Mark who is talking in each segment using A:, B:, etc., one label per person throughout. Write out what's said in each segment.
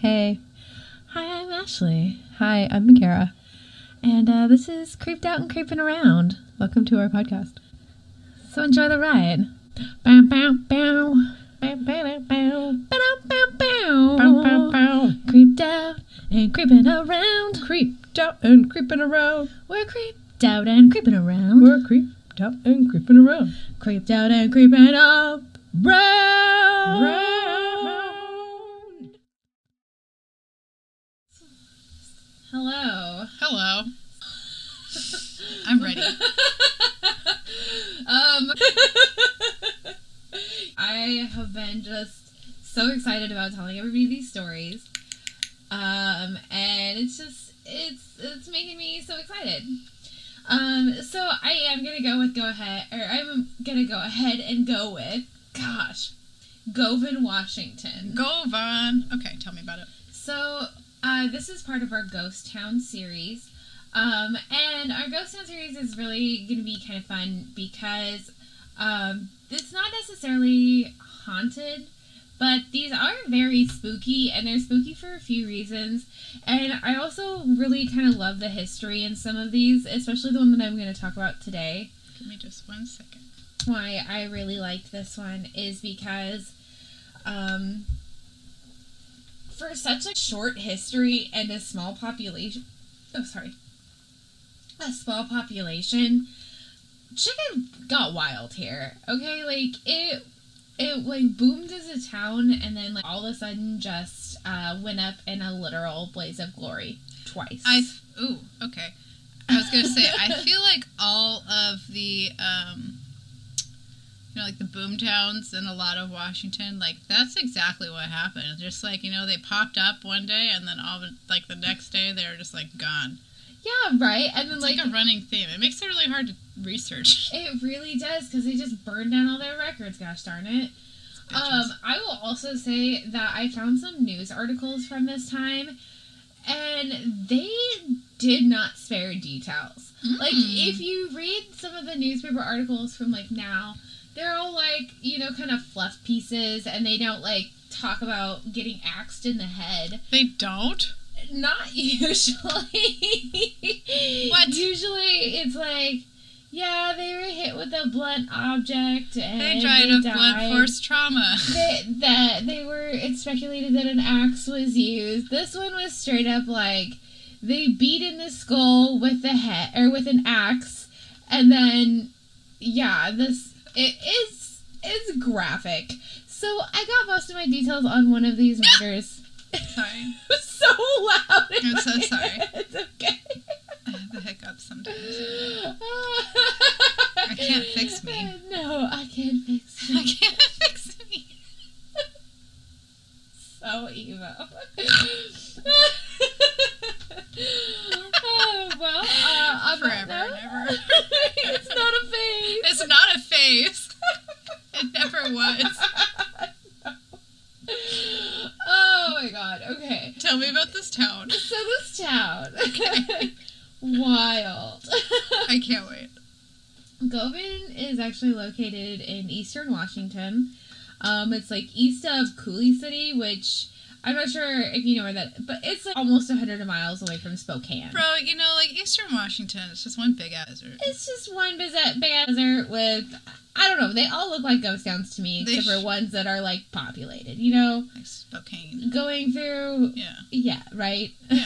A: Hey. Hi, I'm Ashley. Hi, I'm Makara. And uh, this is Creeped Out and Creeping Around. Welcome to our podcast. So enjoy the ride. Bow, bow, bow. Bow, bow, bow. Bow, bow, bow. Creeped out and creeping around.
B: Creeped out and creeping around.
A: We're creeped out and creeping around.
B: We're creeped out and creeping around.
A: creeped out and creeping up. Round.
B: Round.
A: Hello.
C: Hello. I'm ready. um, I have been just so excited about telling everybody these stories. Um, and it's just it's it's making me so excited. Um, so I am gonna go with go ahead or I'm gonna go ahead and go with gosh, Govan Washington.
D: Go, Vaughn. Okay, tell me about it.
C: So, uh, this is part of our Ghost Town series. Um, and our Ghost Town series is really going to be kind of fun because um, it's not necessarily haunted, but these are very spooky, and they're spooky for a few reasons. And I also really kind of love the history in some of these, especially the one that I'm going to talk about today
D: Give me just one second.
C: why I really liked this one is because um, for such a short history and a small population, oh, sorry, a small population, chicken got wild here. Okay, like it. It like boomed as a town, and then like all of a sudden, just uh, went up in a literal blaze of glory twice.
D: I ooh okay. I was gonna say I feel like all of the um, you know like the boom towns and a lot of Washington like that's exactly what happened. It's just like you know they popped up one day and then all the- like the next day they were just like gone.
C: yeah, right. And then
D: It's like, a running theme. It makes it really hard to research.
C: It really does because they just burned down all their records. Gosh darn it. Um, I will also say that I found some news articles from this time, and they did not spare details. Like
D: Hmm. Mm.
C: if you read some of the newspaper articles from like now, they're all like you know kind of fluff pieces, and they don't like talk about getting axed in the head.
D: They don't.
C: Not usually.
D: What?
C: Usually it's like, yeah, they were hit with a blunt object and
D: They died of
C: died.
D: blunt force trauma.
C: They, that they were. It's speculated that an axe was used. This one was straight up like they beat in the skull with the head or with an axe, and then yeah, this it is is graphic. So I got most of my details on one of these murders.
D: Sorry,
C: so loud. in
D: I'm so
C: my
D: sorry.
C: head. It's okay.
D: I have the hiccups sometimes.
C: I
D: can't fix me.
C: No, I can't fix
D: I
C: me.
D: can't fix me.
C: So evil. oh, well, uh, on that
D: Forever
C: note-
D: and ever.
C: it's not a face.
D: It's not a phase. It never was.
C: Oh my god. Okay.
D: Tell me about this town.
C: So this town. Wild.
D: I can't wait.
C: Govan is actually located in eastern Washington. Um, it's like east of Cooley City, which I'm not sure if you know where that, but it's like almost 100 miles away from Spokane.
D: Bro, you know, like Eastern Washington, it's just one big ass desert.
C: It's just one bizet- big ass desert with I don't know. They all look like ghost towns to me,
D: They
C: except
D: sh-
C: for ones that are like populated. You know,
D: Like Spokane.
C: going through
D: Yeah.
C: yeah, right.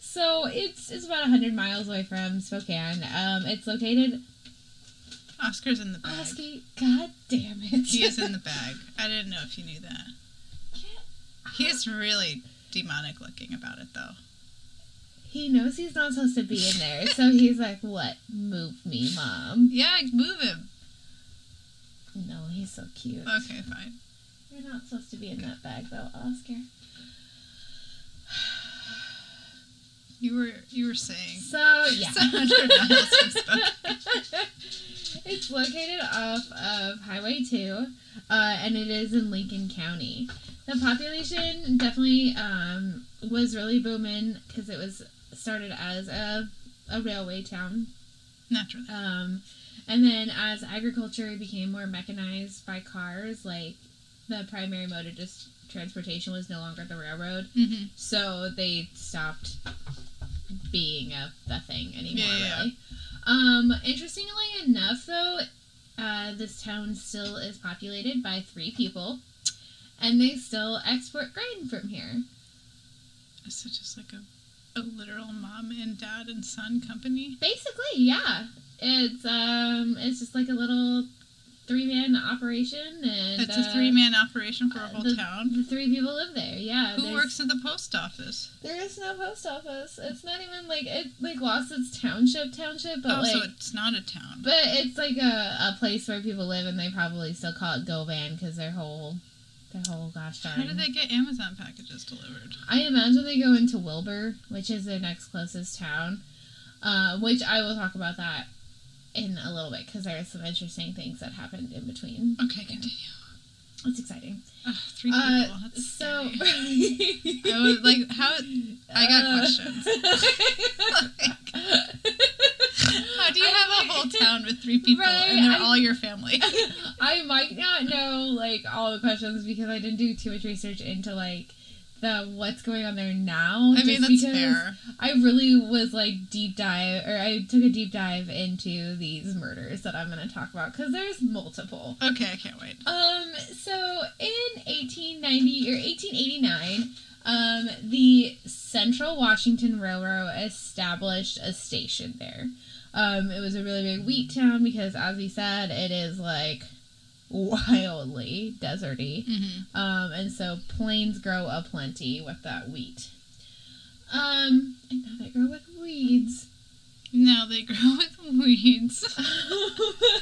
C: so it's it's about 100 miles away from Spokane. Um, it's located.
D: Oscar's in the bag.
C: Oski, god damn it!
D: He is in the bag. I didn't know if you knew that. He is really demonic looking about it, though.
C: He knows he's not supposed to be in there, so he's like, "What? Move me, mom."
D: Yeah, move him.
C: No, he's so cute.
D: Okay, fine.
C: You're not supposed to be in that bag, though, Oscar.
D: You were you were saying
C: So yeah,
D: it's a hundred miles from Spokane.
C: it's located off of Highway Two, uh, and it is in Lincoln County. The population definitely um, was really booming because it was started as a a railway town.
D: Naturally.
C: Um, and then as agriculture became more mechanized by cars, like the primary mode of dis- transportation was no longer the railroad,
D: Mm-hmm.
C: so they stopped being a the thing anymore.
D: Yeah, yeah,
C: Really. Um, interestingly enough, though, uh, this town still is populated by three people, and they still export grain from here.
D: Is it just like a, a literal mom and dad and son company?
C: Basically, yeah. It's um, it's just like a little three man operation, and
D: That's
C: uh,
D: a three man operation for a
C: uh,
D: whole
C: the-
D: town.
C: The three people live there. Yeah.
D: Who
C: there's-
D: works at the post office?
C: There is no post office. It's not even like it like lost its township township, but
D: oh,
C: like
D: so it's not a town.
C: but it's like a, a place where people live, and they probably still call it Govan because their whole their whole gosh darn.
D: How do they get Amazon packages delivered?
C: I imagine they go into Wilbur, which is their next closest town, uh, which I will talk about that in a little bit because there are some interesting things that happened in between.
D: Okay, continue.
C: It's exciting.
D: Ugh, three people.
C: Uh,
D: That's
C: so
D: scary. I was like, how? I got
C: Uh,
D: questions. How do you have a whole town with three people
C: Right,
D: and they're
C: I-
D: all your family?
C: I might not know like all the questions because I didn't do too much research into like the what's going on there now.
D: I mean,
C: just
D: that's
C: because
D: fair.
C: I really was like deep dive, or I took a deep dive into these murders that I'm going to talk about because there's multiple.
D: Okay, I can't wait.
C: Um, so in 1890 or 1889, um, the Central Washington Railroad established a station there. Um, it was a really big wheat town because, as we said, it is like wildly deserty.
D: hmm
C: Um, and so plains grow aplenty with that wheat. Um, and now they grow with weeds.
D: Now they grow with weeds.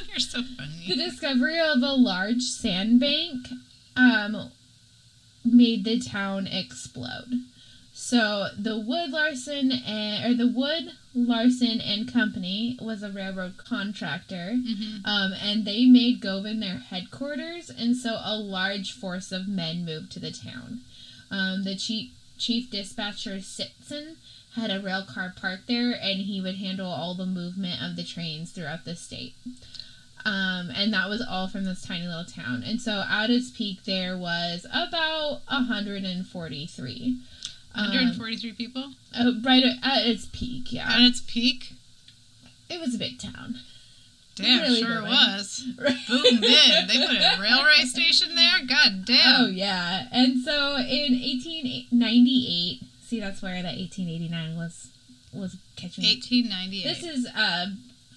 D: You're so
C: The
D: funny.
C: discovery of a large sandbank um, made the town explode. So the Wood Larson and or the Wood Larson and Company was a railroad contractor,
D: hmm
C: um, and they made Govan their headquarters, and so a large force of men moved to the town. Um, the chief chief dispatcher Sitson had a rail car parked there, and he would handle all the movement of the trains throughout the state. Um, and that was all from this tiny little town. And so at its peak, there was about 143. Um,
D: 143 people
C: uh, right at at its peak, yeah.
D: at its peak.
C: It was a big town.
D: Damn,
C: really
D: sure
C: good one.
D: was. Boom! Then they put a railway station there. God damn.
C: Oh yeah, and so in 1898, see that's where the 1889 was was catching. up.
D: 1898.
C: This is uh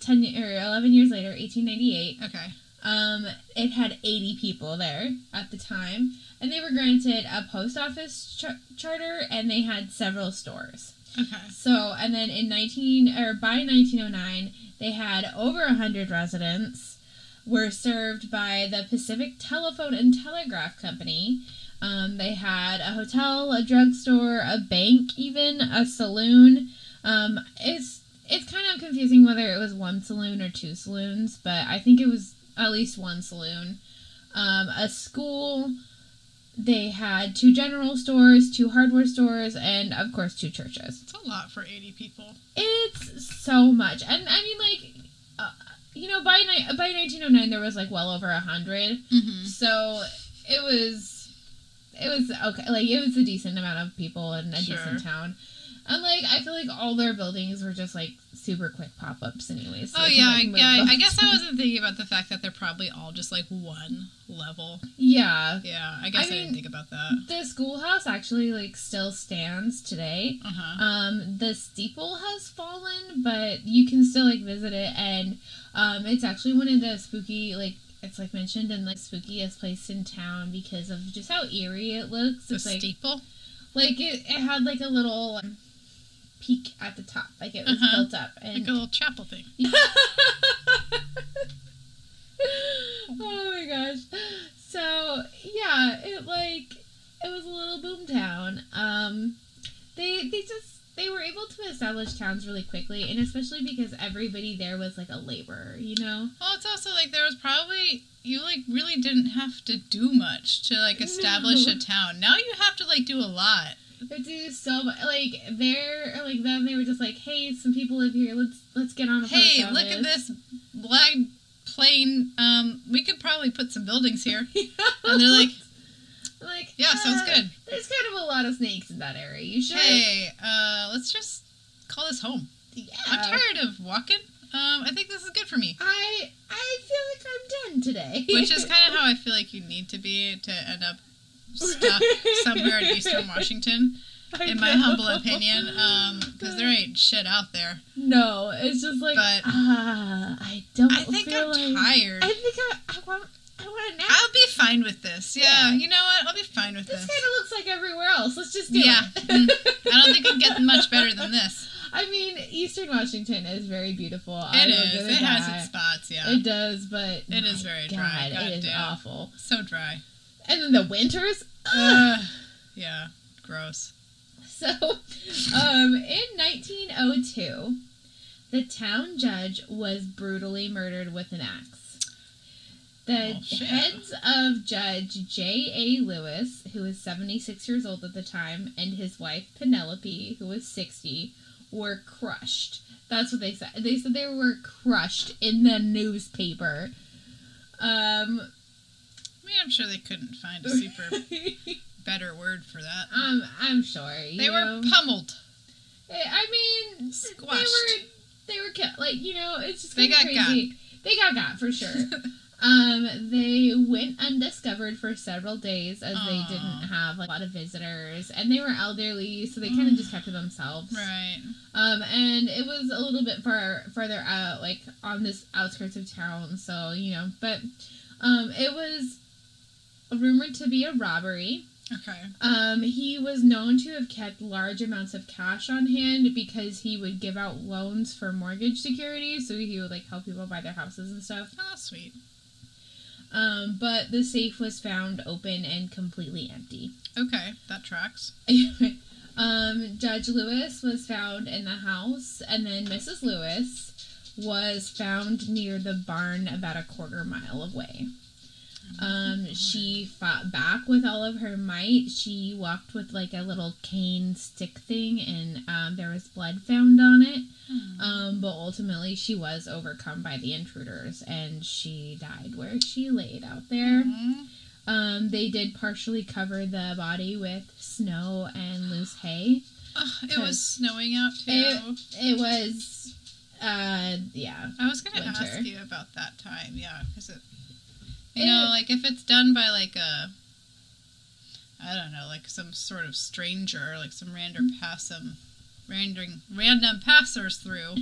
C: 10 y- or 11 years later, 1898.
D: okay.
C: Um, it had 80 people there at the time, and they were granted a post office ch- charter, and they had several stores.
D: Okay.
C: So, and then in 19 or by 1909, they had over 100 residents were served by the Pacific Telephone and Telegraph Company. Um, they had a hotel, a drugstore, a bank, even a saloon. Um, it's it's kind of confusing whether it was one saloon or two saloons, but I think it was at least one saloon. Um, a school. They had two general stores, two hardware stores, and of course two churches.
D: It's a lot for 80 people.
C: It's so much, and I mean, like, uh, you know, by ni- by 1909, there was like well over a 100
D: Mm-hmm.
C: so it was, it was okay. Like, it was a decent amount of people and a
D: Sure.
C: decent town. And like, I feel like all their buildings were just like super quick pop ups, anyways. so
D: oh
C: they can,
D: yeah,
C: like,
D: I-
C: move
D: yeah.
C: them.
D: I guess I wasn't thinking about the fact that they're probably all just like one level.
C: yeah.
D: Yeah, I guess I,
C: mean-
D: didn't think about that.
C: The schoolhouse actually like still stands today.
D: Uh huh.
C: Um, the steeple has fallen, but you can still like visit it, and um, it's actually one of the spooky like it's like mentioned in like spookiest place in town because of just how eerie it looks.
D: The
C: It's like
D: steeple.
C: like it, it had like a little um, peak at the top, like it was
D: Uh-huh.
C: built up, and
D: Like a little chapel thing.
C: oh my gosh. So yeah, it like it was a little boom town. Um, they they just they were able to establish towns really quickly, and especially because everybody there was like a laborer, you know.
D: Well, it's also like there was probably you like really didn't have to do much to like establish
C: No.
D: a town. Now you have to like do a lot.
C: They do so much, like they're like them. They were just like, hey, some people live here. Let's let's get on a
D: Hey,
C: post
D: look at this black plain. Um, we could probably put some buildings here.
C: this.
D: And they're like,
C: like uh,
D: Yeah, sounds good.
C: There's kind of a lot of snakes in that area. You should.
D: Hey, uh, let's just call this home.
C: Yeah.
D: I'm tired of walking. Um, I think this is good for me.
C: I I feel like I'm done today.
D: Which is kind of how I feel like you need to be to end up stuck somewhere in eastern Washington, in my humble opinion, because there ain't shit out there.
C: No, it's just like
D: But-
C: ah, I don't.
D: I think
C: feel
D: I'm
C: like-
D: tired.
C: I think I, I want I want a nap.
D: I'll be fine with this. Yeah,
C: Yeah.
D: you know what? I'll be fine with
C: this
D: this.
C: kind of looks like everywhere else. Let's just do
D: Yeah. Mm.
C: it.
D: I don't think it can get much better than this.
C: I mean, Eastern Washington is very beautiful. I
D: It
C: will
D: is.
C: give
D: It
C: that.
D: has its spots. Yeah.
C: It does, but
D: It is
C: my
D: very
C: God,
D: dry. God
C: it is
D: damn.
C: awful.
D: So dry.
C: And then the winters. Ugh.
D: Ugh. yeah. Gross.
C: So, um, in 1902, the town judge was brutally murdered with an axe. The
D: Oh, shit.
C: heads of Judge J.A. Lewis, who was 76 years old at the time, and his wife Penelope, who was 60, were crushed. That's what they said. They said they were crushed in the newspaper. Um,
D: I mean, I'm sure they couldn't find a super better word for that.
C: I'm, um, I'm sure.
D: They were pummeled.
C: Eh, I mean,
D: Squashed.
C: They were they were killed. Like you know, it's just
D: They
C: kinda
D: got
C: crazy. They got got for sure. um, they went undiscovered for several days as
D: Aw.
C: they didn't have like, a lot of visitors, and they were elderly, so they kind of just kept to themselves.
D: Right.
C: Um, and it was a little bit far farther out, like on this outskirts of town. So you know, but um, it was rumored to be a robbery.
D: Okay.
C: Um, he was known to have kept large amounts of cash on hand because he would give out loans for mortgage security, so he would like help people buy their houses and stuff.
D: Oh, that's sweet.
C: Um, but the safe was found open and completely empty.
D: Okay, that tracks.
C: um, Judge Lewis was found in the house, and then Mrs. Lewis was found near the barn about a quarter mile away. Um, she fought back with all of her might. She walked with like a little cane stick thing, and um, there was blood found on it. Um, but ultimately, she was overcome by the intruders, and she died where she laid out there.
D: Mm.
C: Um, they did partially cover the body with snow and loose hay.
D: Ugh, it was snowing out too.
C: It, it was, uh, yeah.
D: I was gonna
C: winter.
D: ask you about that time, yeah, because it, you
C: It-
D: know, like if it's done by like a, I don't know, like some sort of stranger, like some random
C: Mm-hmm.
D: passum, random random passers through.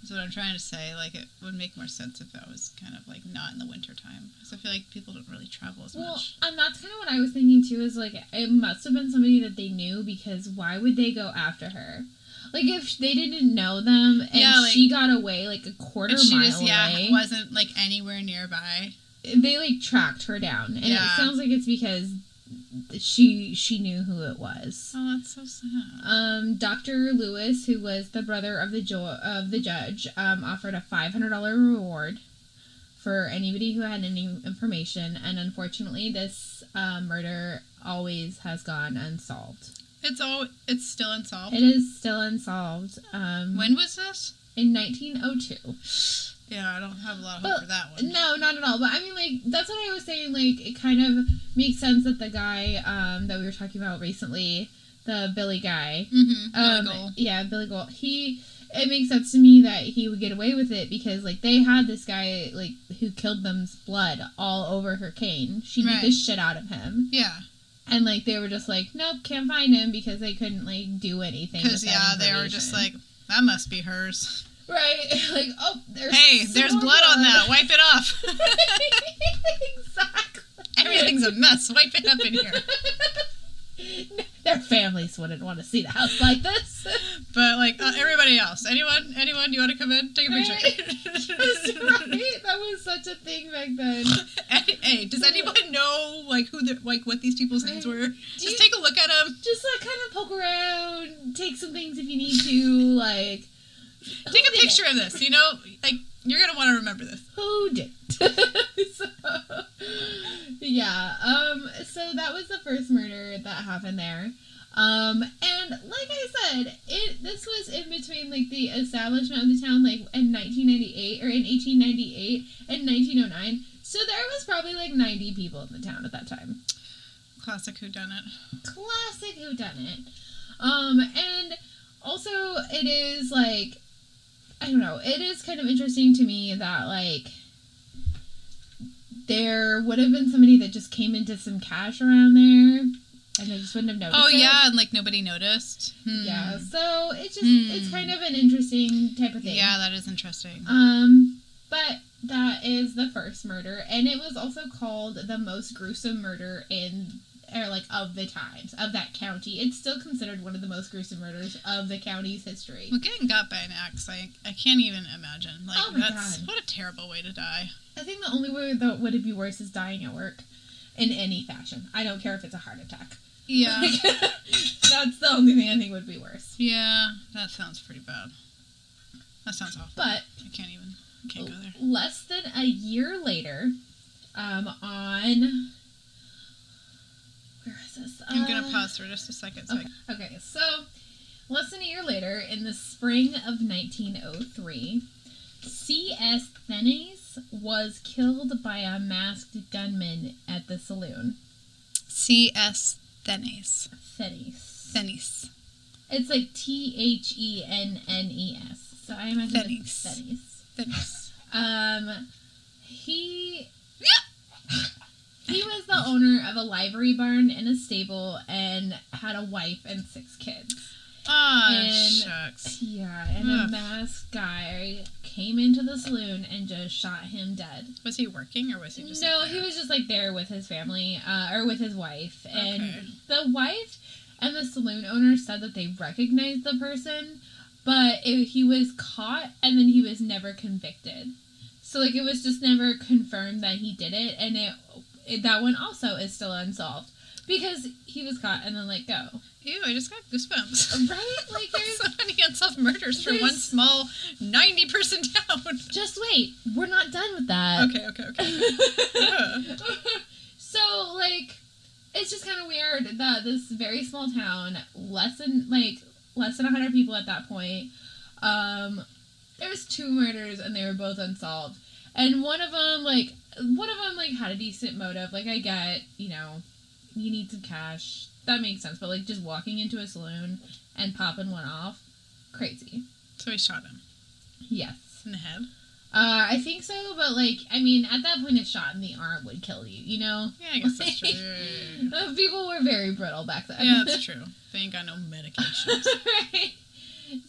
D: That's what I'm trying to say. Like it would make more sense if that was kind of like not in the winter time, because I feel like people don't really travel as
C: Well,
D: much.
C: and that's kind of what I was thinking too. Is like it must have been somebody that they knew because why would they go after her? Like if they didn't know them and
D: Yeah, like-
C: she got away like a quarter
D: And she
C: mile
D: just yeah
C: away,
D: wasn't like anywhere nearby.
C: they like tracked her down, and
D: Yeah.
C: it sounds like it's because she she knew who it was.
D: Oh, that's so sad.
C: Um, Dr. Lewis, who was the brother of the jo- of the judge, um, offered a five hundred dollar reward for anybody who had any information, and unfortunately, this uh, murder always has gone unsolved.
D: It's all it's still unsolved.
C: It is still unsolved. Um,
D: when was this?
C: in nineteen oh two.
D: Yeah, I don't have a lot of hope
C: Well,
D: for that one.
C: No, not at all. But I mean, like that's what I was saying. Like it kind of makes sense that the guy um, that we were talking about recently, the Billy guy,
D: Mm-hmm.
C: Um, Yeah, Billy Gold. He. It makes sense to me that he would get away with it because like they had this guy like who killed them's blood all over her cane. She
D: Right.
C: beat the shit out of him,
D: yeah,
C: and like they were just like, nope, can't find him because they couldn't like do anything.
D: because
C: with that
D: yeah, they were just like,
C: information.
D: that must be hers.
C: right, like oh, there's
D: Hey,
C: some
D: there's
C: more
D: blood, on that. Wipe it off.
C: exactly.
D: Everything's a mess. Wipe it up in here.
C: Their families wouldn't want to see the house like this.
D: But like uh, everybody else, anyone, anyone, do you want to come in? Take a
C: That's
D: picture.
C: right. That was such a thing back then.
D: hey, hey, does anyone know like who the like what these people's names were?
C: you-
D: Just take a look at them.
C: just like kind of poke around, take some things if you need to. Like,
D: Take a
C: did it?
D: picture of this. You know, like you're gonna want to remember this.
C: who did? it? so, yeah. Um. So that was the first murder that happened there. Um. And like I said, it this was in between like the establishment of the town, like in 1998 or in oh 1898 and 1909. So there was probably like 90 people in the town at that time.
D: classic whodunit.
C: classic who done it um and also it is like i don't know it is kind of interesting to me that like there would have been somebody that just came into some cash around there and they just wouldn't have noticed
D: Oh
C: it.
D: yeah, and like nobody noticed. Hmm.
C: yeah so it's just
D: Hmm.
C: it's kind of an interesting type of thing
D: Yeah, that is interesting.
C: um but that is the first murder and it was also called the most gruesome murder in or like of the times of that county it's still considered one of the most gruesome murders of the county's history
D: Well, getting got by an axe, like I can't even imagine. Like
C: Oh my
D: that's
C: God.
D: what a terrible way to die.
C: i think the only way that would be worse is dying at work in any fashion i don't care if it's a heart attack
D: Yeah,
C: that's the only thing i think would be worse
D: yeah, that sounds pretty bad. That sounds awful.
C: but Oh.
D: I can't even. I can't go there.
C: less than a year later um on where is this
D: I'm gonna
C: Uh,
D: pause for just a second. So I
C: Okay. okay, so less than a year later, in the spring of 1903, C.S. Thenes was killed by a masked gunman at the saloon.
D: C.S. Thenes.
C: Thenes.
D: Thenes.
C: It's like T H E N N E S. So I imagine it's
D: Thenes.
C: Thenes.
D: Thenes.
C: Um, he he was the owner of a livery barn and a stable, and had a wife and six kids.
D: Ah,
C: And-
D: shucks.
C: Yeah, and a
D: Ugh.
C: masked guy came into the saloon and just shot him dead.
D: Was he working or was he just?
C: no,
D: like,
C: he
D: there?
C: was just like there with his family uh, or with his wife, and
D: Okay.
C: the wife and the saloon owner said that they recognized the person, but it, he was caught and then he was never convicted. So like it was just never confirmed that he did it, and it, it that one also is still unsolved because he was caught and then let go.
D: Ew! I just got goosebumps.
C: Right? Like there's
D: so many unsolved murders for one
C: There's-
D: small 90 person town.
C: just wait, we're not done with that.
D: Okay, okay, okay. Yeah.
C: so like it's just kind of weird that this very small town less than like less than 100 people at that point um there was two murders and they were both unsolved and one of them like one of them like had a decent motive like i get you know you need some cash that makes sense but like just walking into a saloon and popping one off crazy
D: So he shot him
C: yes
D: in the head.
C: uh, I think so, but like, I mean, at that point, a shot in the arm would kill you. You know,
D: Yeah, I guess that's true. Yeah,
C: Uh, people were very brittle back then.
D: that's true. They ain't got no medication.
C: right.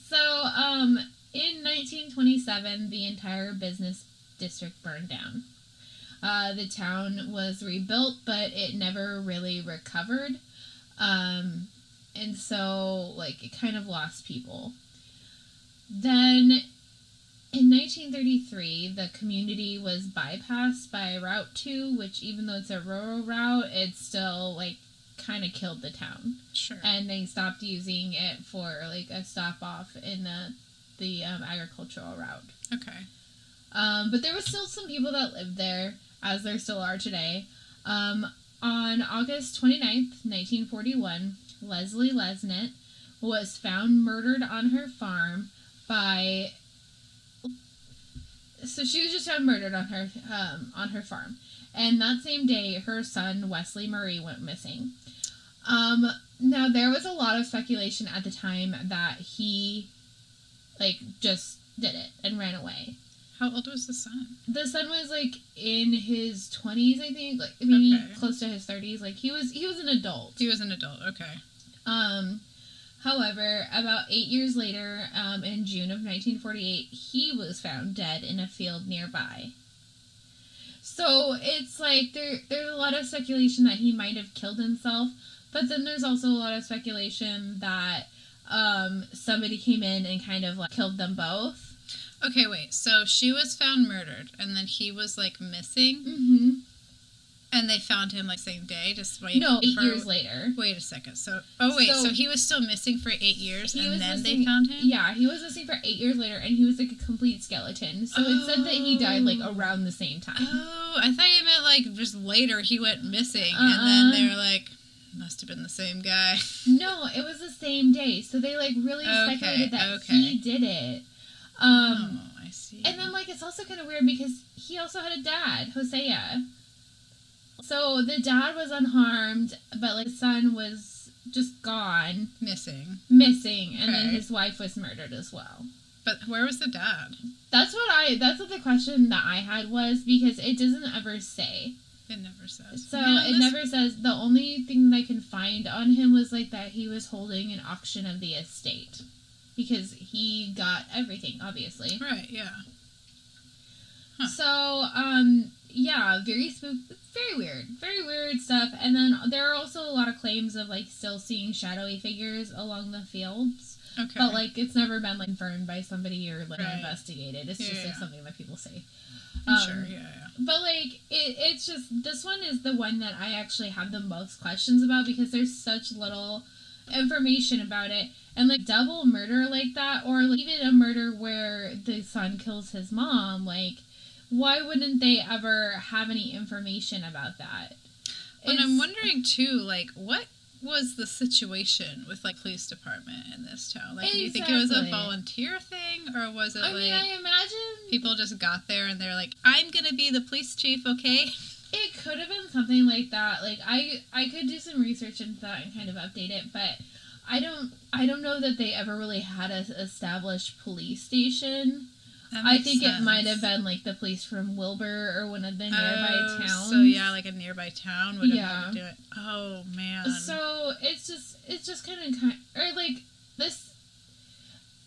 C: So, um, in 1927, the entire business district burned down. Uh, the town was rebuilt, but it never really recovered. Um, and so, like, it kind of lost people. Then, in 1933, the community was bypassed by Route 2, which, even though it's a rural route, it still, like, kind of killed the town
D: Sure.
C: and they stopped using it for like a stop off in the the um, agricultural route.
D: Okay.
C: Um, but there were still some people that lived there, as there still are today. Um, on August 29th, 1941, Leslie Lesnett was found murdered on her farm by. So she was just found murdered on her um, on her farm, and that same day, her son Wesley Murray went missing. Um, now there was a lot of speculation at the time that he, like, just did it and ran away
D: How old was the son?
C: the son was like in his 20s i think like maybe
D: Okay.
C: close to his 30s like he was he was an adult
D: He was an adult. Okay.
C: um however about eight years later um, in june of 1948 he was found dead in a field nearby so it's like there there's a lot of speculation that he might have killed himself but then there's also a lot of speculation that um, somebody came in and kind of like killed them both
D: Okay, wait. So she was found murdered and then he was like missing
C: mm-hmm.
D: and they found him like same day, just wait.
C: no eight
D: for-
C: years later
D: Wait a second. So, oh wait. So,
C: So-
D: he was still missing for eight years,
C: He was
D: and then they
C: missing-
D: found him.
C: Yeah, he was missing for eight years later, and he was like a complete skeleton. So it said that he died like around the same time.
D: Oh, I thought you meant like just later he went missing,
C: Uh-uh.
D: and then they were like, must have been the same guy.
C: No, it was the same day. So they like really
D: Okay,
C: speculated that
D: okay.
C: he did it. Um,
D: oh, I see.
C: and then like it's also kind of weird because he also had a dad, Hosea. So the dad was unharmed, but like the son was just gone,
D: Missing.
C: missing, and then
D: Okay.
C: his wife was murdered as well.
D: But where was the dad?
C: That's what I. That's what the question that I had was because it doesn't ever say.
D: It never says.
C: So
D: You know,
C: it
D: this-
C: never says. The only thing that I can find on him was like that he was holding an auction of the estate because he got everything, obviously.
D: Right. Yeah. Huh.
C: So, um, yeah, very spook, very weird, very weird stuff. And then there are also a lot of claims of like still seeing shadowy figures along the fields,
D: Okay.
C: but like it's never been like confirmed by somebody or like
D: Right.
C: investigated. It's just like
D: Yeah.
C: something that people say.
D: I'm
C: um,
D: sure. Yeah. Yeah.
C: But like it, it's just this one is the one that I actually have the most questions about because there's such little information about it. And like double murder like that, or like, even a murder where the son kills his mom, like why wouldn't they ever have any information about that?
D: And
C: It's-
D: I'm wondering too, like, what was the situation with like police department in this town? Like, do you think it was a
C: Exactly.
D: volunteer thing, or was it
C: I
D: like
C: mean, I imagine
D: people just got there and they're like, "I'm gonna be the police chief," okay?
C: It could have been something like that. Like I I could do some research into that and kind of update it, but I don't I don't know that they ever really had a established police station.
D: That
C: I
D: makes
C: think it
D: sense.
C: might have been like the police from Wilbur or one of the nearby
D: Oh,
C: towns.
D: So yeah, like a nearby town would have had to
C: Yeah.
D: do it. Oh man.
C: So it's just it's just kind of kind or like this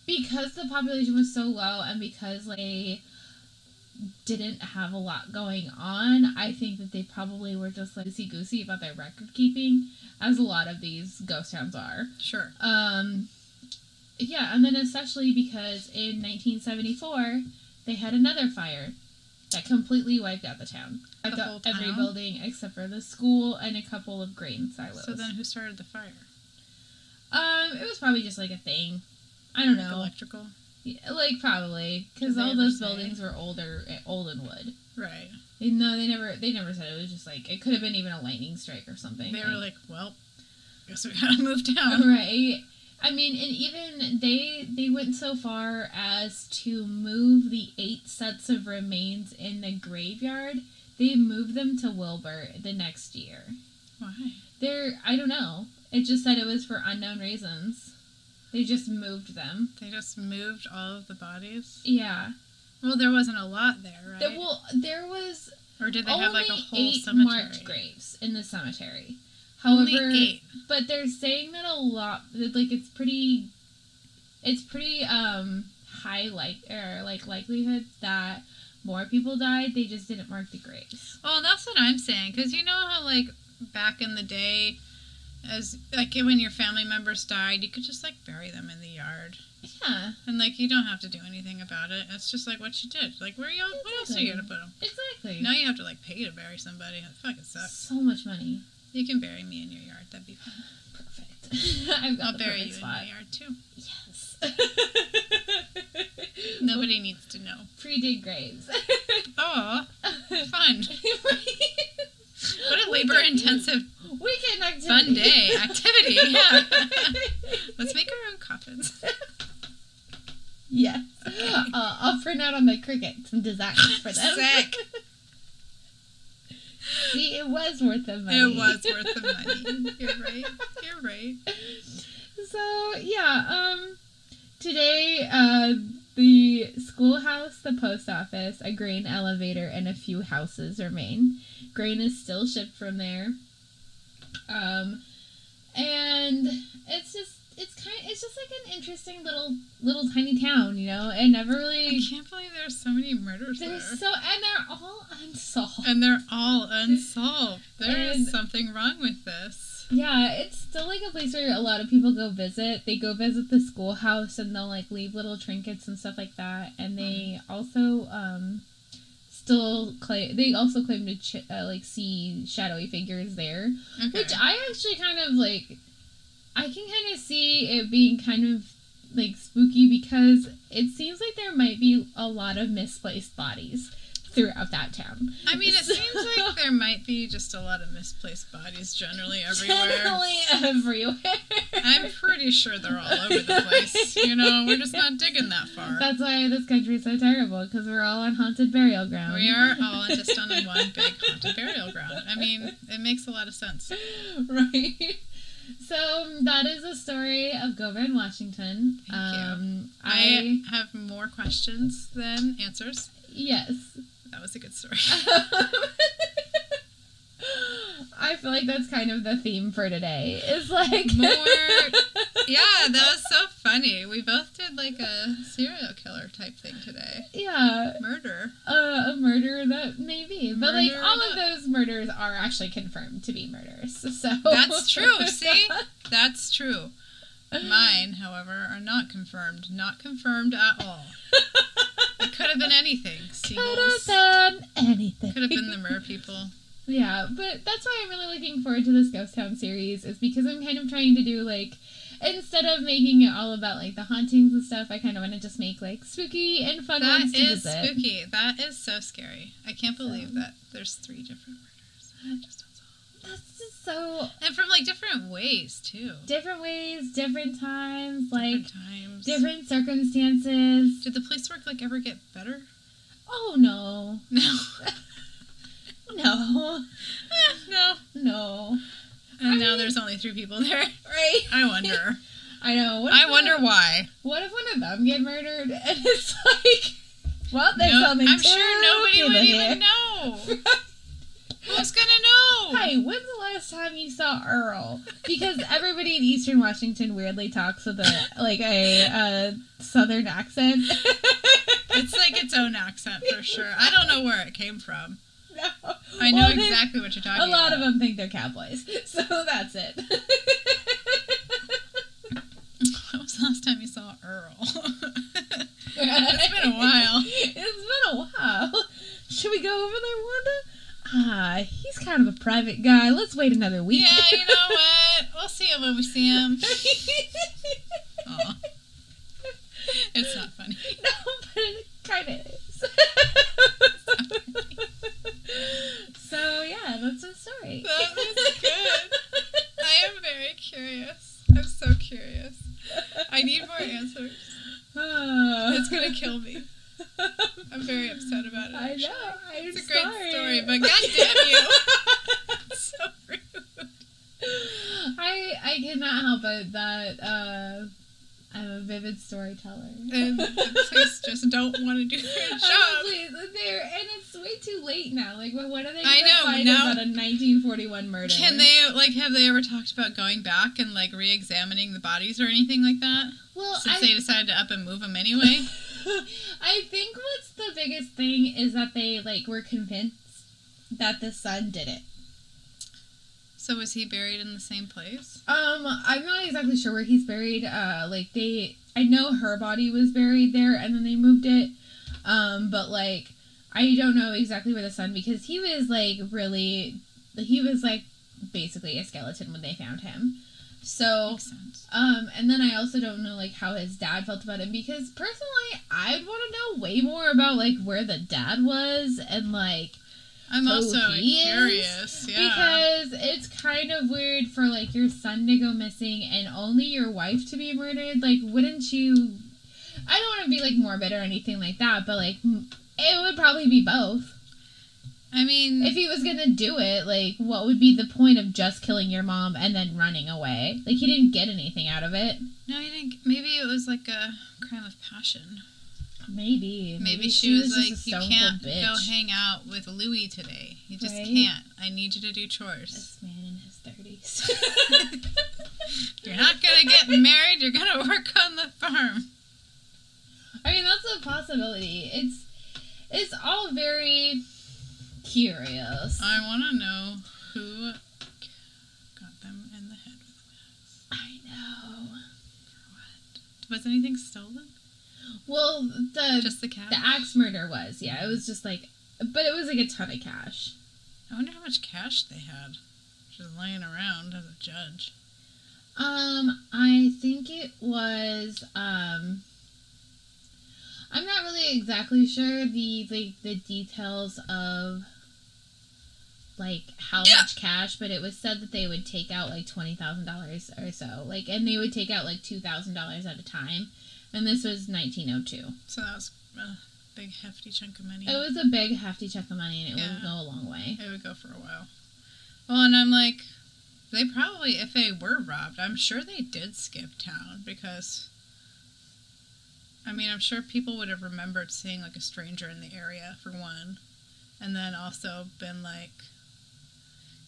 C: because the population was so low and because they didn't have a lot going on. I think that they probably were just like goosey goosey about their record keeping, as a lot of these ghost towns are.
D: sure.
C: Um, yeah, and then especially because in 1974 they had another fire that completely wiped out the town, wiped
D: The
C: out
D: whole
C: every
D: town?
C: building except for the school and a couple of grain silos.
D: So then, who started the fire?
C: um, it was probably just like a thing. I don't
D: Like
C: know,
D: electrical.
C: Yeah, like probably because
D: Did they
C: all
D: ever
C: those
D: say?
C: buildings were older, eh, old and wood.
D: Right.
C: They- No, they never. They never said it was just like it could have been even a lightning strike or something.
D: They
C: like-
D: were like, "Well, guess we gotta move down."
C: right i mean and even they they went so far as to move the eight sets of remains in the graveyard they moved them to wilbur the next year
D: Why?
C: they're i don't know it just said it was for unknown reasons they just moved them
D: They just moved all of the bodies.
C: yeah
D: Well, there wasn't a lot there, right?
C: There- well there was
D: Or did they
C: only
D: have like a whole
C: eight
D: cemetery?
C: marked graves in the cemetery however
D: Only eight.
C: but they're saying that a lot that like it's pretty it's pretty um high like or like likelihood that more people died they just didn't mark the graves
D: Well, that's what I'm saying because you know how like back in the day, as like when your family members died, you could just like bury them in the yard
C: yeah
D: and like you don't have to do anything about it. It's just like what you did. Like where you what else are you gonna put them?
C: exactly
D: Now you have to like pay to bury somebody. That fucking sucks.
C: so much money
D: You can bury me in your yard. That'd be fun.
C: perfect i've got
D: I'll
C: the
D: bury
C: perfect
D: you
C: spot
D: in my yard too.
C: yes
D: Nobody needs to know.
C: pre-dig graves
D: Oh, fun! What a
C: We
D: labor-intensive,
C: can- weekend activity
D: fun day activity. Yeah. Let's make our own coffins.
C: Yes. Uh, I'll print out on my Cricut some designs for them.
D: Sick.
C: See, it was worth the money.
D: It was worth the money. You're right. You're right.
C: So yeah, um, today uh, the schoolhouse, the post office, a grain elevator, and a few houses remain. Grain is still shipped from there. Um, and it's just it's kind it's just like an interesting little little tiny town, you know. It never
D: I
C: really
D: can't believe there's so many murders there.
C: They're so, and they're all unsolved.
D: and they're all unsolved. There is
C: And-
D: something wrong with this.
C: Yeah, it's still like a place where a lot of people go visit. They go visit the schoolhouse and they'll like leave little trinkets and stuff like that. And they
D: Mm-hmm.
C: also um, still claim they also claim to ch- uh, like see shadowy figures there,
D: Okay.
C: which I actually kind of like. I can kind of see it being kind of like spooky because it seems like there might be a lot of misplaced bodies throughout that town.
D: I mean, it seems like there might be just a lot of misplaced bodies generally everywhere.
C: Generally everywhere.
D: I'm pretty sure they're all over the place. You know, we're just not digging that far.
C: That's why this country's so terrible because we're all on haunted burial ground.
D: we are all just on one big haunted burial ground. I mean, it makes a lot of sense.
C: right. So that is the story of Gouverneur Washington.
D: Thank you.
C: um,
D: I have more questions than answers.
C: I yes.
D: That was a good story.
C: I feel like that's kind of the theme for today. Is like
D: More- Yeah, that was so funny. We both did like a serial killer type thing today.
C: yeah,
D: Murder.
C: uh, a murder that may be, but like
D: Murder
C: all of
D: that-
C: those murders are actually confirmed to be murders. So
D: That's true. See? That's true. Mine, however, are not confirmed. Not confirmed at all. It could have been anything.
C: could have
D: Seagulls.
C: done anything.
D: Could have been the mer people.
C: Yeah, but that's why I'm really looking forward to this Ghost Town series is because I'm kind of trying to do like instead of making it all about like the hauntings and stuff, I kind of want to just make like spooky and fun
D: That
C: ones to
D: is
C: visit.
D: spooky. That is so scary. I can't believe that there's three different murders. I just don't
C: That's just so
D: know. And from like different ways too.
C: different ways, different times, like
D: different times.
C: different circumstances.
D: Did the police work like ever get better?
C: Oh no,
D: No.
C: no,
D: no.
C: no!
D: And now there's only three people there.
C: Right?
D: I wonder.
C: I know. What
D: I
C: if
D: wonder
C: one-
D: why.
C: What if one of them get murdered and it's like, well, there's
D: No-
C: only
D: I'm
C: two
D: sure nobody
C: people
D: would
C: "Oh, here.
D: even know. Who's gonna know?
C: Hey, when's the last time you saw Earl? Because everybody in Eastern Washington weirdly talks with a like a uh, Southern accent.
D: It's like its own accent for sure. I don't know where it came from.
C: no.
D: I know
C: Well, they-
D: exactly what you're talking
C: A
D: about.
C: lot of them think they're cowboys, so that's it.
D: When was the last time you saw Earl? it's been a while.
C: It's been a while. Should we go over there, Wanda? Ah, he's kind of a private guy. Let's wait another week.
D: Yeah, you know what? We'll see him when we see him. Aw. It's not funny.
C: No, but it kind of is. so yeah, that's the story.
D: That was good. I am very curious. I'm so curious. I need more answers.
C: Oh.
D: It's gonna kill me. I'm very upset about it.
C: I
D: actually.
C: know. I'm
D: It's a great
C: sorry.
D: story, but goddamn you! It's so rude.
C: I I cannot help it that uh, I'm a vivid storyteller.
D: And the police just don't want to do their job.
C: Honestly, there and it's way too late now. Like, what what are they?
D: I
C: gonna
D: know,
C: find
D: now-
C: about a 1941 murder.
D: Can they like have they ever talked about going back and like re-examining the bodies or anything like that?
C: Well,
D: Since
C: I-
D: they decided to up and move them anyway.
C: I think what's the biggest thing is that they like were convinced that the son did it.
D: so was he buried in the same place?
C: Um, I'm not exactly sure where he's buried. Uh, like they, I know her body was buried there, and then they moved it. Um, but like I don't know exactly where the son because he was like really, he was like basically a skeleton when they found him. So
D: Makes sense.
C: Um, and then I also don't know like how his dad felt about it because personally, I'd want to know way more about like where the dad was and like
D: I'm
C: So
D: also
C: Oh, he is?
D: curious. Yeah.
C: because it's kind of weird for like your son to go missing and only your wife to be murdered. Like, wouldn't you? I don't want to be like morbid or anything like that, but like m- it would probably be both.
D: I mean,
C: If he was gonna do it, like what would be the point of just killing your mom and then running away? Like he didn't get anything out of it.
D: no, you didn't. Maybe it was like a crime of passion.
C: Maybe.
D: Maybe, she, was,
C: just
D: like,
C: Mm, a
D: "You
C: stone
D: can't
C: cold bitch.
D: go hang out with Louie today. You just
C: Right?
D: can't. I need you to do chores.
C: This man in his thirties.
D: You're not gonna get married. You're gonna work on the farm."
C: I mean, that's a possibility. It's it's all very curious.
D: I want to know who got them in the head.
C: I know.
D: Was anything stolen?
C: Well, the
D: Just the cat.
C: the axe murder was yeah. It was just like, but it was like a ton of cash.
D: I wonder how much cash they had, just laying around as a judge.
C: Um, I think it was um. I'm not really exactly sure the like the details of like how
D: Yeah.
C: much cash, but it was said that they would take out like twenty thousand dollars or so, like, and they would take out like two thousand dollars at a time. And this was 1902.
D: So that was a big hefty chunk of money.
C: It was a big hefty chunk of money, and it
D: Yeah.
C: would go a long way.
D: It would go for a while. Well, and I'm like, they probably, if they were robbed, I'm sure they did skip town because, I mean, I'm sure people would have remembered seeing like a stranger in the area for one, and then also been like,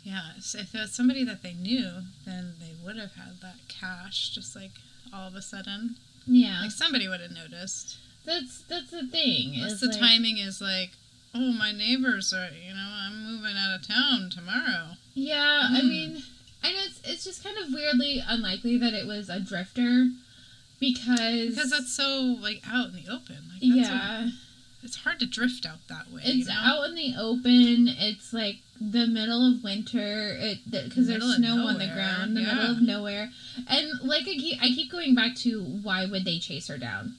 D: yeah, so if it was somebody that they knew, then they would have had that cash just like all of a sudden.
C: Yeah,
D: Like somebody would have noticed.
C: that's that's the thing.
D: Unless
C: is,
D: the
C: like,
D: timing is like, oh, my neighbors are, you know, I'm moving out of town tomorrow.
C: Yeah, I
D: Hmm.
C: mean, and it's it's just kind of weirdly unlikely that it was a drifter because
D: Because that's so, like, out in the open. Like, that's a-
C: yeah,
D: it's hard to drift out that way. you
C: it's
D: know?
C: out in the open. It's like the middle of winter. It because
D: Middle
C: there's
D: of
C: snow on the
D: nowhere,
C: ground, the middle
D: yeah.
C: of nowhere, and like I keep, I keep going back to why would they chase her down?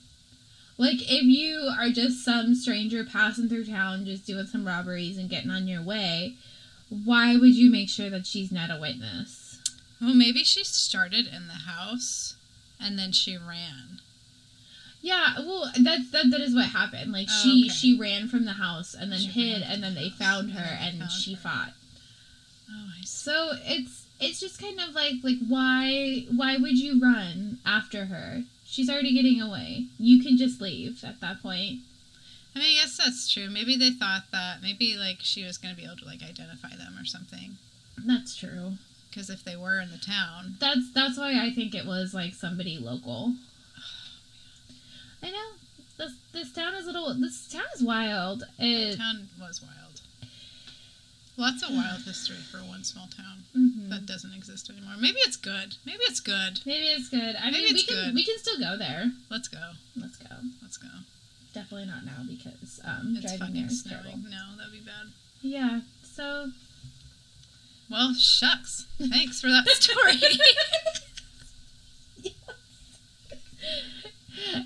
C: Like if you are just some stranger passing through town, just doing some robberies and getting on your way, why would you make sure that she's not a witness?
D: Well, maybe she started in the house and then she ran.
C: Yeah, well, that's that. That is what happened. Like
D: Oh,
C: she
D: okay.
C: she ran from the house and then
D: She
C: hid,
D: ran from
C: and then
D: the
C: they
D: house,
C: found
D: and
C: her,
D: then they
C: and
D: found
C: she
D: her.
C: fought.
D: Oh, I see.
C: So it's it's just kind of like like why why would you run after her? She's already getting away. You can just leave at that point.
D: I mean, I guess that's true. Maybe they thought that, maybe, like, she was going to be able to, like, identify them or something.
C: That's true.
D: Because if they were in the town,
C: That's that's why I think it was like somebody local. I know this this town is little. This town is wild.
D: the
C: It,
D: town was wild. Lots of wild history for one small town.
C: mhm.
D: that doesn't exist anymore. Maybe it's good. Maybe it's good.
C: Maybe it's good. I
D: Maybe
C: mean, we
D: it's
C: can
D: good.
C: we can still go there.
D: Let's go.
C: Let's go.
D: Let's go.
C: Definitely not now because um, driving
D: It's
C: there
D: fucking
C: is
D: snowing.
C: terrible.
D: No, that'd be bad.
C: Yeah. So
D: Well, shucks. Thanks for that story.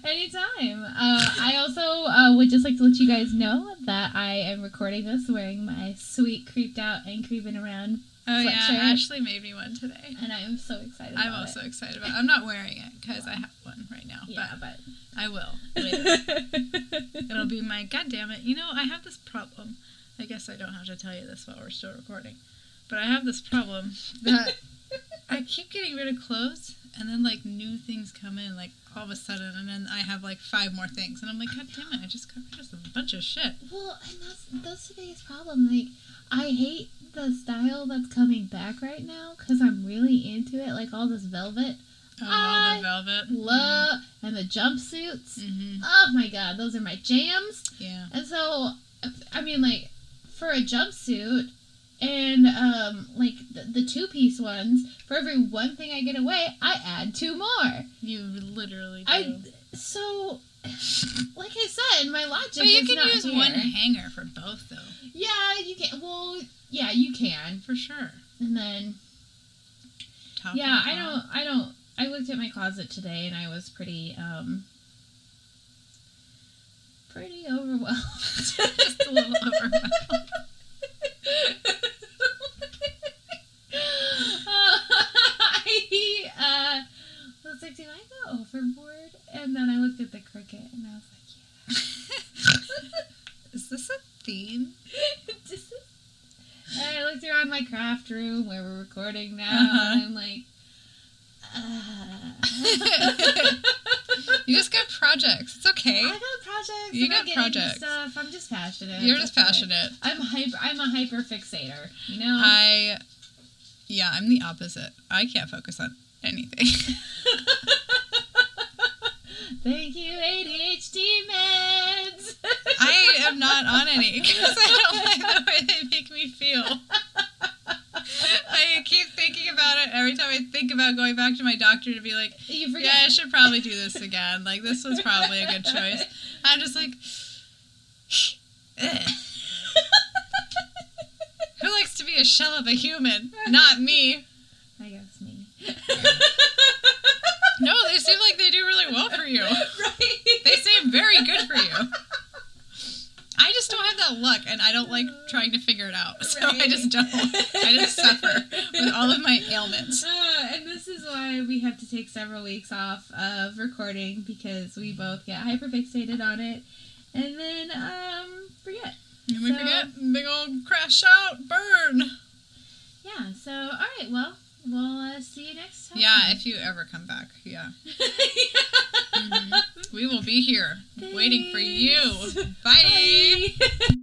C: anytime. Uh, I also uh, would just like to let you guys know that I am recording this wearing my sweet creeped out and creeping around,
D: oh yeah,
C: Sweatshirt.
D: Ashley made me one today.
C: and I am so excited.
D: I'm
C: about
D: also
C: It.
D: excited about. It. I'm not wearing it because I have one right now,
C: Yeah, but
D: but I will. later.
C: it'll
D: It'll be my God damn it. You know, I have this problem. I guess I don't have to tell you this while we're still recording, but I have this problem that I keep getting rid of clothes, and then like new things come in, like all of a sudden, and then I have like five more things, and I'm like, God damn it! I just got rid of a bunch of shit.
C: Well, and that's that's the biggest problem. Like, I hate the style that's coming back right now because I'm really into it. Like all this velvet,
D: Oh, all
C: I
D: the velvet.
C: love, and the jumpsuits.
D: Mm-hmm.
C: Oh my god, those are my jams.
D: Yeah.
C: And so, I mean, like, for a jumpsuit and, um, like, the, the two piece ones, for every one thing I get away, I add two more.
D: You literally. Do.
C: I, so, like I said, my logic
D: But you
C: is
D: can
C: not
D: use
C: here.
D: one hanger for both, though,
C: Yeah, you can. Well, yeah, you can.
D: for sure.
C: And then,
D: Top
C: yeah,
D: and
C: I
D: bottom.
C: don't, I don't, I looked at my closet today and I was pretty, um, pretty overwhelmed.
D: Just a little overwhelmed.
C: I uh, was like, did I go overboard? And then I looked at the cricket and I was like,
D: Is this a theme?
C: yeah. Just- and I looked around my craft room where we're recording now
D: Uh-huh.
C: and I'm like, uh.
D: You just got projects. It's okay.
C: I got projects.
D: You
C: and I
D: got
C: get into
D: projects.
C: Stuff. I'm just passionate.
D: You're just
C: That's it. Uh-huh.
D: passionate. Uh,
C: I'm hyper. I'm a hyper fixator. You know.
D: I, yeah, I'm the opposite. I can't focus on anything.
C: Thank you, ADHD meds.
D: I am not on any because I don't like the way they make me feel. I keep thinking about it every time I think about going back to my doctor to be like,
C: you forget.
D: yeah, I should probably do this again. Like, this was probably a good choice. I'm just like, "Ugh." who likes to be a shell of a human? Not me.
C: I guess me.
D: No, they seem like they do really well for you.
C: right.
D: They seem very good for you. I just don't have that luck. and I don't like trying to figure it out. So I
C: Right.
D: just don't. I just suffer with all of my ailments.
C: Uh, and this is why we have to take several weeks off of recording because we both get hyperfixated on it and then um forget.
D: And we
C: So-
D: forget big old crash out burn.
C: Yeah. So all right. Well, we'll uh, see you next time.
D: Yeah, if you ever come back, yeah, we will be here waiting for you.
C: Thanks.
D: Bye.
C: Bye.